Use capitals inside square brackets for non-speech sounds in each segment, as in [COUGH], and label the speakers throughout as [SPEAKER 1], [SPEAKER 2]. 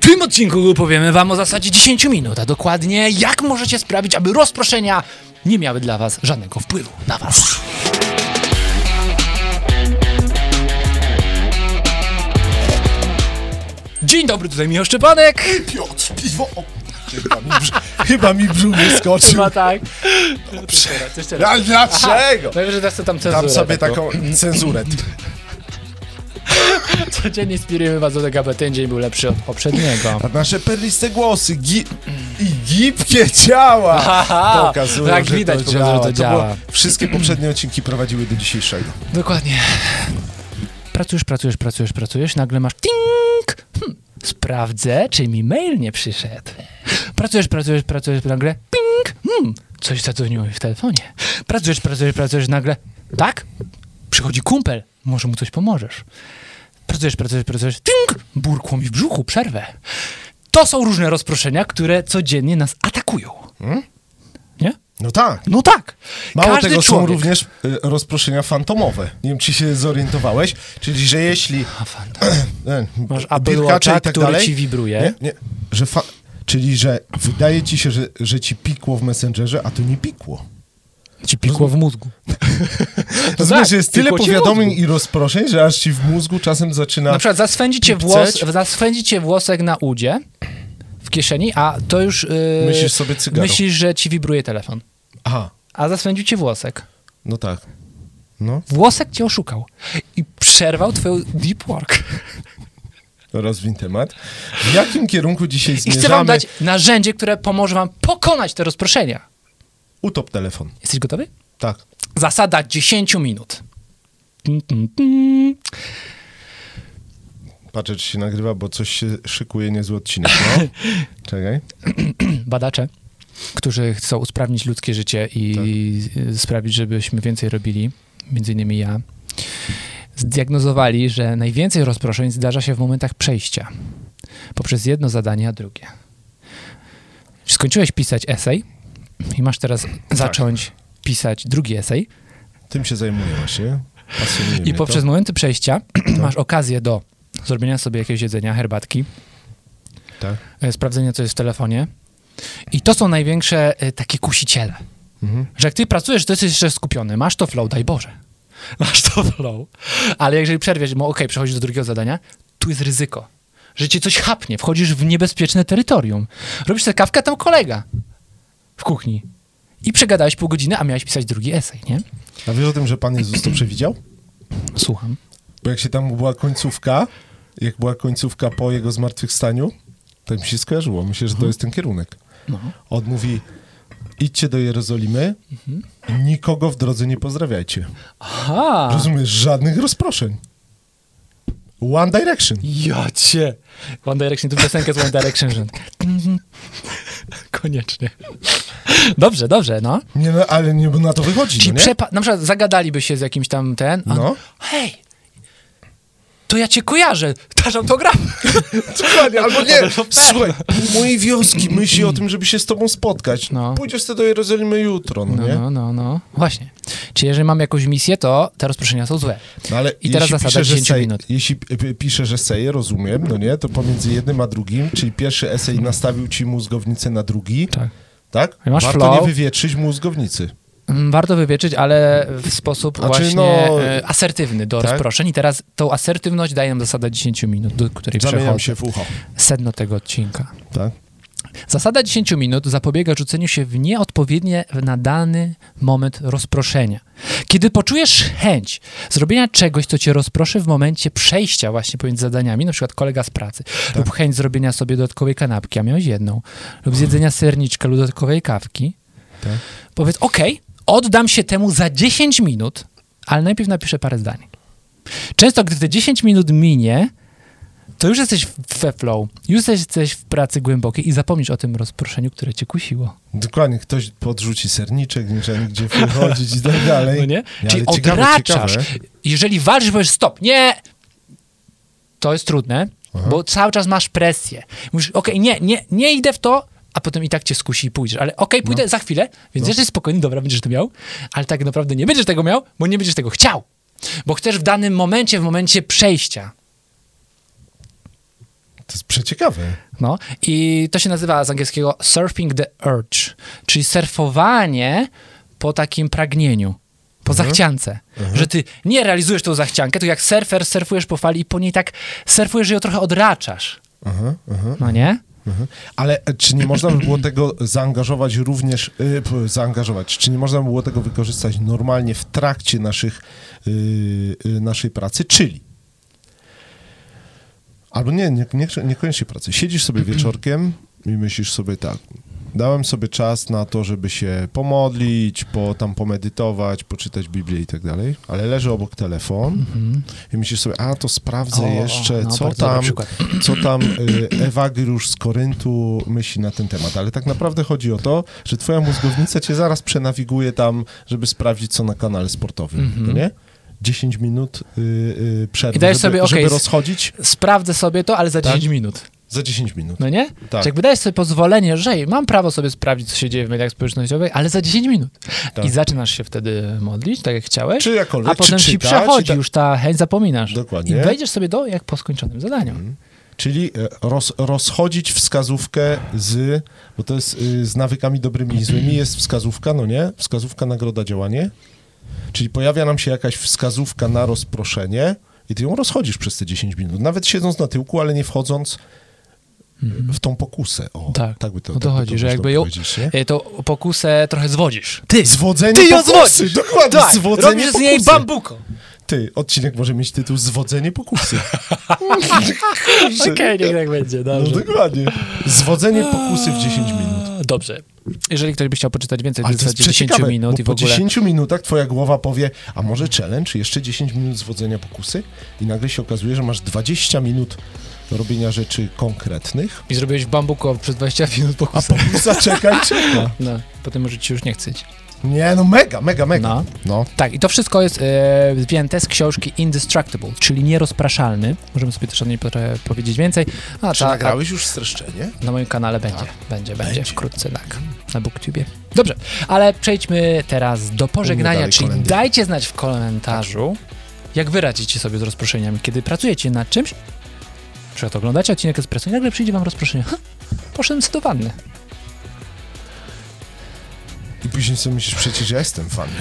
[SPEAKER 1] tym odcinku powiemy wam o zasadzie 10 minut, a dokładnie jak możecie sprawić, aby rozproszenia nie miały dla was żadnego wpływu na was. Dzień dobry, tutaj Michał Szczepanek.
[SPEAKER 2] Piotr, piwo! O, Chyba mi, brz... Chyba mi brzuch wyskoczył.
[SPEAKER 1] Chyba tak. Jeszcze raz, jeszcze raz.
[SPEAKER 2] Ale dlaczego?
[SPEAKER 1] Najwyżej dasz sobie tam cenzurę.
[SPEAKER 2] Dam sobie taką cenzurę.
[SPEAKER 1] Codziennie inspirujemy was do tego, aby ten dzień był lepszy od poprzedniego.
[SPEAKER 2] A nasze perliste głosy gi... i gipkie ciała
[SPEAKER 1] Aha,
[SPEAKER 2] pokazują,
[SPEAKER 1] tak
[SPEAKER 2] że
[SPEAKER 1] widać,
[SPEAKER 2] to
[SPEAKER 1] pokazują,
[SPEAKER 2] działa.
[SPEAKER 1] że to działa.
[SPEAKER 2] było- wszystkie poprzednie odcinki prowadziły do dzisiejszego.
[SPEAKER 1] Dokładnie. Pracujesz, pracujesz, pracujesz, pracujesz, nagle masz ting! Hm, sprawdzę, czy mi mail nie przyszedł. Pracujesz, pracujesz, pracujesz, nagle ping! Hmm, coś zadzwoniło mi w telefonie. Pracujesz, pracujesz, pracujesz, nagle tak? Przychodzi kumpel, może mu coś pomożesz. Pracujesz, pracujesz, pracujesz, ting! Burkło mi w brzuchu, przerwę. To są różne rozproszenia, które codziennie nas atakują. Nie?
[SPEAKER 2] No tak.
[SPEAKER 1] No tak.
[SPEAKER 2] Hmm? Mało
[SPEAKER 1] Każdy
[SPEAKER 2] tego,
[SPEAKER 1] człowiek...
[SPEAKER 2] są również y, rozproszenia fantomowe. Nie wiem, czy się zorientowałeś, czyli że jeśli...
[SPEAKER 1] A, fan,
[SPEAKER 2] e,
[SPEAKER 1] Masz Apple
[SPEAKER 2] birkacze
[SPEAKER 1] Watcha,
[SPEAKER 2] i tak
[SPEAKER 1] który
[SPEAKER 2] dalej,
[SPEAKER 1] ci wibruje.
[SPEAKER 2] Nie, nie, że fa... Czyli, że wydaje ci się, że, że ci pikło w Messengerze, a tu nie pikło.
[SPEAKER 1] Ci pikło w mózgu.
[SPEAKER 2] Rozumiesz,
[SPEAKER 1] tak,
[SPEAKER 2] że jest tyle
[SPEAKER 1] pikło ci w
[SPEAKER 2] powiadomień
[SPEAKER 1] mózgu.
[SPEAKER 2] i rozproszeń, że aż ci w mózgu czasem zaczyna...
[SPEAKER 1] Na przykład zaswędzicie,
[SPEAKER 2] Pipceć?
[SPEAKER 1] włos, zaswędzicie włosek na udzie w kieszeni, a to już... Yy,
[SPEAKER 2] Myślisz sobie cygaro.
[SPEAKER 1] Myślisz, że ci wibruje telefon.
[SPEAKER 2] Aha,
[SPEAKER 1] A zaswędził cię włosek.
[SPEAKER 2] no tak. No,
[SPEAKER 1] Włosek cię oszukał. I przerwał twoją deep work.
[SPEAKER 2] rozwin temat. W jakim kierunku dzisiaj
[SPEAKER 1] I
[SPEAKER 2] zmierzamy?
[SPEAKER 1] chcę wam dać narzędzie, które pomoże wam pokonać te rozproszenia.
[SPEAKER 2] Utop telefon.
[SPEAKER 1] Jesteś gotowy?
[SPEAKER 2] Tak.
[SPEAKER 1] Zasada 10 minut. Tun, tun, tun.
[SPEAKER 2] Patrzę, czy się nagrywa, bo coś się szykuje, niezły odcinek.
[SPEAKER 1] [LAUGHS]
[SPEAKER 2] No. Czekaj.
[SPEAKER 1] badacze, którzy chcą usprawnić ludzkie życie i y, sprawić, żebyśmy więcej robili, między innymi ja, zdiagnozowali, że najwięcej rozproszeń zdarza się w momentach przejścia poprzez jedno zadanie, a drugie. Skończyłeś pisać esej i masz teraz zacząć pisać drugi esej
[SPEAKER 2] Tym się zajmuję właśnie. Pasjonuje
[SPEAKER 1] i
[SPEAKER 2] mnie
[SPEAKER 1] poprzez momenty przejścia [CLEARS THROAT] masz okazję do zrobienia sobie jakiegoś jedzenia, herbatki,
[SPEAKER 2] to. Tak.
[SPEAKER 1] e, sprawdzenia, co jest w telefonie. I to są największe e, takie kusiciele.
[SPEAKER 2] Mhm.
[SPEAKER 1] Że jak ty pracujesz, to jesteś jeszcze skupiony. Masz to flow, daj Boże. [LAUGHS] Masz to flow. Ale jeżeli przerwiesz, bo okej, przechodzisz do drugiego zadania, tu jest ryzyko, że cię coś chapnie, wchodzisz w niebezpieczne terytorium. Robisz tę kawkę, a tam kolega w kuchni. I przegadałeś pół godziny, a miałeś pisać drugi esej, nie?
[SPEAKER 2] A wiesz o tym, że Pan Jezus to przewidział?
[SPEAKER 1] Słucham.
[SPEAKER 2] Bo jak się tam była końcówka, jak była końcówka po jego zmartwychwstaniu, to mi się skojarzyło. Myślę, że to jest ten kierunek.
[SPEAKER 1] Mhm. No.
[SPEAKER 2] On mówi, idźcie do Jerozolimy,
[SPEAKER 1] Mhm.
[SPEAKER 2] nikogo w drodze nie pozdrawiajcie.
[SPEAKER 1] Aha!
[SPEAKER 2] Rozumiesz, żadnych rozproszeń. One Direction.
[SPEAKER 1] Ja cię! One Direction, tu piosenkę z One Direction
[SPEAKER 2] [LAUGHS]
[SPEAKER 1] rząd. Koniecznie. Dobrze, dobrze, no.
[SPEAKER 2] Nie, no, ale nie bo na to wychodzi,
[SPEAKER 1] Czyli
[SPEAKER 2] no, nie?
[SPEAKER 1] przepa- na przykład zagadaliby się z jakimś tam ten, a
[SPEAKER 2] No.
[SPEAKER 1] hej, to ja cię kojarzę, dasz autogram.
[SPEAKER 2] Dokładnie, albo
[SPEAKER 1] [LAUGHS]
[SPEAKER 2] nie.
[SPEAKER 1] No super.
[SPEAKER 2] Słuchaj, pół mojej wioski myśli o tym, żeby się z tobą spotkać.
[SPEAKER 1] No.
[SPEAKER 2] Pójdziesz ty do Jerozolimy jutro, no,
[SPEAKER 1] No,
[SPEAKER 2] nie?
[SPEAKER 1] no, no, no. Właśnie. Czyli jeżeli mam jakąś misję, to te rozproszenia są złe.
[SPEAKER 2] No, ale
[SPEAKER 1] I teraz
[SPEAKER 2] jeśli
[SPEAKER 1] zasada
[SPEAKER 2] piszę, że
[SPEAKER 1] 10
[SPEAKER 2] sej-
[SPEAKER 1] minut.
[SPEAKER 2] Jeśli p- p- piszę, że seję, rozumiem, no nie, to pomiędzy jednym a drugim, czyli pierwszy esej nastawił ci mózgownicę na drugi,
[SPEAKER 1] Tak.
[SPEAKER 2] tak?
[SPEAKER 1] Masz
[SPEAKER 2] Warto
[SPEAKER 1] flow.
[SPEAKER 2] nie wywietrzyć mózgownicy.
[SPEAKER 1] Mm, Warto wywieczyć, ale w sposób
[SPEAKER 2] Znaczy,
[SPEAKER 1] właśnie
[SPEAKER 2] no-
[SPEAKER 1] e, asertywny do
[SPEAKER 2] Tak?
[SPEAKER 1] rozproszeń. I teraz tą asertywność daje nam zasada 10 minut, do której
[SPEAKER 2] Zamieniam
[SPEAKER 1] przechodzę.
[SPEAKER 2] się w ucho.
[SPEAKER 1] Sedno tego odcinka.
[SPEAKER 2] Tak?
[SPEAKER 1] Zasada 10 minut zapobiega rzuceniu się w nieodpowiednie na dany moment rozproszenia. Kiedy poczujesz chęć zrobienia czegoś, co cię rozproszy w momencie przejścia właśnie pomiędzy zadaniami, na przykład kolega z pracy, lub chęć zrobienia sobie dodatkowej kanapki, a miałeś jedną, lub zjedzenia serniczka lub dodatkowej kawki,
[SPEAKER 2] Tak.
[SPEAKER 1] powiedz, ok, oddam się temu za 10 minut, ale najpierw napiszę parę zdań. Często, gdy te 10 minut minie, to już jesteś w- we flow, już jesteś w pracy głębokiej i zapomnisz o tym rozproszeniu, które cię kusiło.
[SPEAKER 2] Dokładnie, ktoś podrzuci serniczek, nie trzeba nigdzie wychodzić i tak dalej.
[SPEAKER 1] No nie?
[SPEAKER 2] Ale
[SPEAKER 1] Czyli
[SPEAKER 2] ciekawe,
[SPEAKER 1] odraczasz.
[SPEAKER 2] ciekawe.
[SPEAKER 1] Jeżeli walczysz, powiesz stop, nie! To jest trudne, bo cały czas masz presję. Mówisz, okej, nie, nie, nie idę w to, a potem i tak cię skusi i pójdziesz. Ale okej, pójdę
[SPEAKER 2] No.
[SPEAKER 1] za chwilę, więc jesteś spokojny, dobra, będziesz to miał, ale tak naprawdę nie będziesz tego miał, bo nie będziesz tego chciał. Bo chcesz w danym momencie, w momencie przejścia.
[SPEAKER 2] To jest przeciekawe.
[SPEAKER 1] No. I to się nazywa z angielskiego surfing the urge, czyli surfowanie po takim pragnieniu, po zachciance. Że ty nie realizujesz tą zachciankę, to jak surfer surfujesz po fali i po niej tak surfujesz i ją trochę odraczasz.
[SPEAKER 2] Aha, aha.
[SPEAKER 1] No nie?
[SPEAKER 2] Ale e, czy nie można by było tego zaangażować również, y, p- zaangażować, czy nie można by było tego wykorzystać normalnie w trakcie naszych, y, y, naszej pracy, czyli albo nie, nie, nie, niekoniecznie pracy.
[SPEAKER 1] [CLEARS THROAT]
[SPEAKER 2] Siedzisz sobie wieczorkiem i myślisz sobie tak, dałem sobie czas na to, żeby się pomodlić, po, tam pomedytować, poczytać Biblię i tak dalej, ale leży obok telefon i myślisz sobie, a to sprawdzę
[SPEAKER 1] Mhm. O, o,
[SPEAKER 2] jeszcze,
[SPEAKER 1] no,
[SPEAKER 2] co
[SPEAKER 1] bardzo dobry
[SPEAKER 2] tam,
[SPEAKER 1] przykład.
[SPEAKER 2] co tam y, Ewagriusz z Koryntu myśli na ten temat. Ale tak naprawdę chodzi o to, że twoja mózgownica cię zaraz przenawiguje tam, żeby sprawdzić, co na kanale sportowym, no nie? 10 minut y, y, przerwy,
[SPEAKER 1] Mhm. I dajesz
[SPEAKER 2] żeby,
[SPEAKER 1] sobie, okej,
[SPEAKER 2] żeby
[SPEAKER 1] z-
[SPEAKER 2] rozchodzić
[SPEAKER 1] Sprawdzę sobie to, ale za
[SPEAKER 2] Tak?
[SPEAKER 1] 10 minut.
[SPEAKER 2] za 10 minut.
[SPEAKER 1] No nie?
[SPEAKER 2] Tak.
[SPEAKER 1] Czy jakby dajesz sobie pozwolenie, że ej, mam prawo sobie sprawdzić, co się dzieje w mediach społecznościowych, ale za 10 minut.
[SPEAKER 2] Tak.
[SPEAKER 1] I zaczynasz się wtedy modlić, tak jak chciałeś,
[SPEAKER 2] Czy jakkolwiek,
[SPEAKER 1] a potem
[SPEAKER 2] czy
[SPEAKER 1] ci
[SPEAKER 2] czytać,
[SPEAKER 1] przechodzi
[SPEAKER 2] i tak-
[SPEAKER 1] już ta chęć, zapominasz.
[SPEAKER 2] Dokładnie.
[SPEAKER 1] I wejdziesz sobie do jak po skończonym zadaniu.
[SPEAKER 2] Czyli e, roz, rozchodzić wskazówkę z, bo to jest y, z nawykami dobrymi i złymi, jest wskazówka, no nie? Wskazówka, nagroda, działanie. Czyli pojawia nam się jakaś wskazówka na rozproszenie i ty ją rozchodzisz przez te 10 minut, nawet siedząc na tyłku, ale nie wchodząc y, w tą pokusę. O,
[SPEAKER 1] Mhm. Tak.
[SPEAKER 2] tak, by to,
[SPEAKER 1] O to
[SPEAKER 2] tak by
[SPEAKER 1] chodzi, że
[SPEAKER 2] można
[SPEAKER 1] jakby ją-
[SPEAKER 2] powiedzieć, nie?
[SPEAKER 1] E, To pokusę trochę zwodzisz. Ty!
[SPEAKER 2] Zwodzenie
[SPEAKER 1] Ty ją
[SPEAKER 2] pokusy,
[SPEAKER 1] zwodzisz!
[SPEAKER 2] dokładnie,
[SPEAKER 1] tak,
[SPEAKER 2] zwodzenie
[SPEAKER 1] robisz z niej
[SPEAKER 2] pokusy.
[SPEAKER 1] bambuko.
[SPEAKER 2] Ty, odcinek może mieć tytuł Zwodzenie
[SPEAKER 1] [LAUGHS]
[SPEAKER 2] pokusy.
[SPEAKER 1] Okej, niech tak będzie,
[SPEAKER 2] No
[SPEAKER 1] dobrze.
[SPEAKER 2] dokładnie. Zwodzenie pokusy w 10 minut.
[SPEAKER 1] A, Dobrze. Jeżeli ktoś by chciał poczytać więcej, to
[SPEAKER 2] Ale
[SPEAKER 1] jest
[SPEAKER 2] to jest
[SPEAKER 1] 10
[SPEAKER 2] przeciekawe,
[SPEAKER 1] minut
[SPEAKER 2] bo
[SPEAKER 1] i w
[SPEAKER 2] po
[SPEAKER 1] ogóle...
[SPEAKER 2] 10 minutach twoja głowa powie, a może challenge, jeszcze 10 minut zwodzenia pokusy i nagle się okazuje, że masz 20 minut robienia rzeczy konkretnych,
[SPEAKER 1] I zrobiłeś bambuko przez 20 minut
[SPEAKER 2] a
[SPEAKER 1] pokusę.
[SPEAKER 2] pokusa
[SPEAKER 1] [LAUGHS]
[SPEAKER 2] czeka i czeka.
[SPEAKER 1] No, potem może ci już nie chcieć.
[SPEAKER 2] Nie, no mega, mega, mega.
[SPEAKER 1] No.
[SPEAKER 2] No.
[SPEAKER 1] Tak, i to wszystko jest e, wzięte z książki Indestructible, czyli Nierozpraszalny. Możemy sobie też o niej trochę powiedzieć więcej. Tak, A
[SPEAKER 2] Czy
[SPEAKER 1] ta,
[SPEAKER 2] nagrałeś już streszczenie?
[SPEAKER 1] na moim kanale będzie, będzie, Tak. będzie,
[SPEAKER 2] Będzie.
[SPEAKER 1] wkrótce tak, na BookTubie. Dobrze, ale przejdźmy teraz do pożegnania,
[SPEAKER 2] dalej
[SPEAKER 1] czyli
[SPEAKER 2] kolędy.
[SPEAKER 1] dajcie znać w komentarzu, jak wy radzicie sobie z rozproszeniami, kiedy pracujecie nad czymś, na przykład oglądacie odcinek Espresso i nagle przyjdzie wam rozproszenie. Ha, poszedłem cytowany.
[SPEAKER 2] I później sobie myślisz, przecież ja jestem fanem.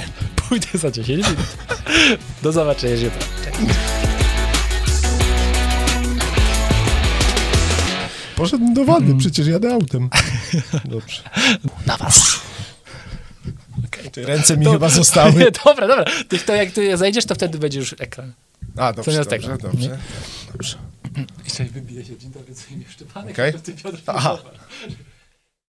[SPEAKER 1] Pójdę za 10 [LAUGHS] minut. Do zobaczenia, ziemia.
[SPEAKER 2] Poszedłem do wady, przecież
[SPEAKER 1] [LAUGHS]
[SPEAKER 2] jadę autem. Dobrze.
[SPEAKER 1] Na was.
[SPEAKER 2] Te ręce mi chyba zostały.
[SPEAKER 1] [LAUGHS] Nie, dobra, dobra. Ty, to jak ty zajdziesz, to wtedy będzie już ekran.
[SPEAKER 2] A, dobrze,
[SPEAKER 1] Zamiast
[SPEAKER 2] dobrze,
[SPEAKER 1] tego.
[SPEAKER 2] dobrze, dobrze.
[SPEAKER 1] I wybije się, dzień dobry, co im jeszcze panek,
[SPEAKER 2] Okej.
[SPEAKER 1] ty Piotr
[SPEAKER 2] Aha.
[SPEAKER 1] Aha.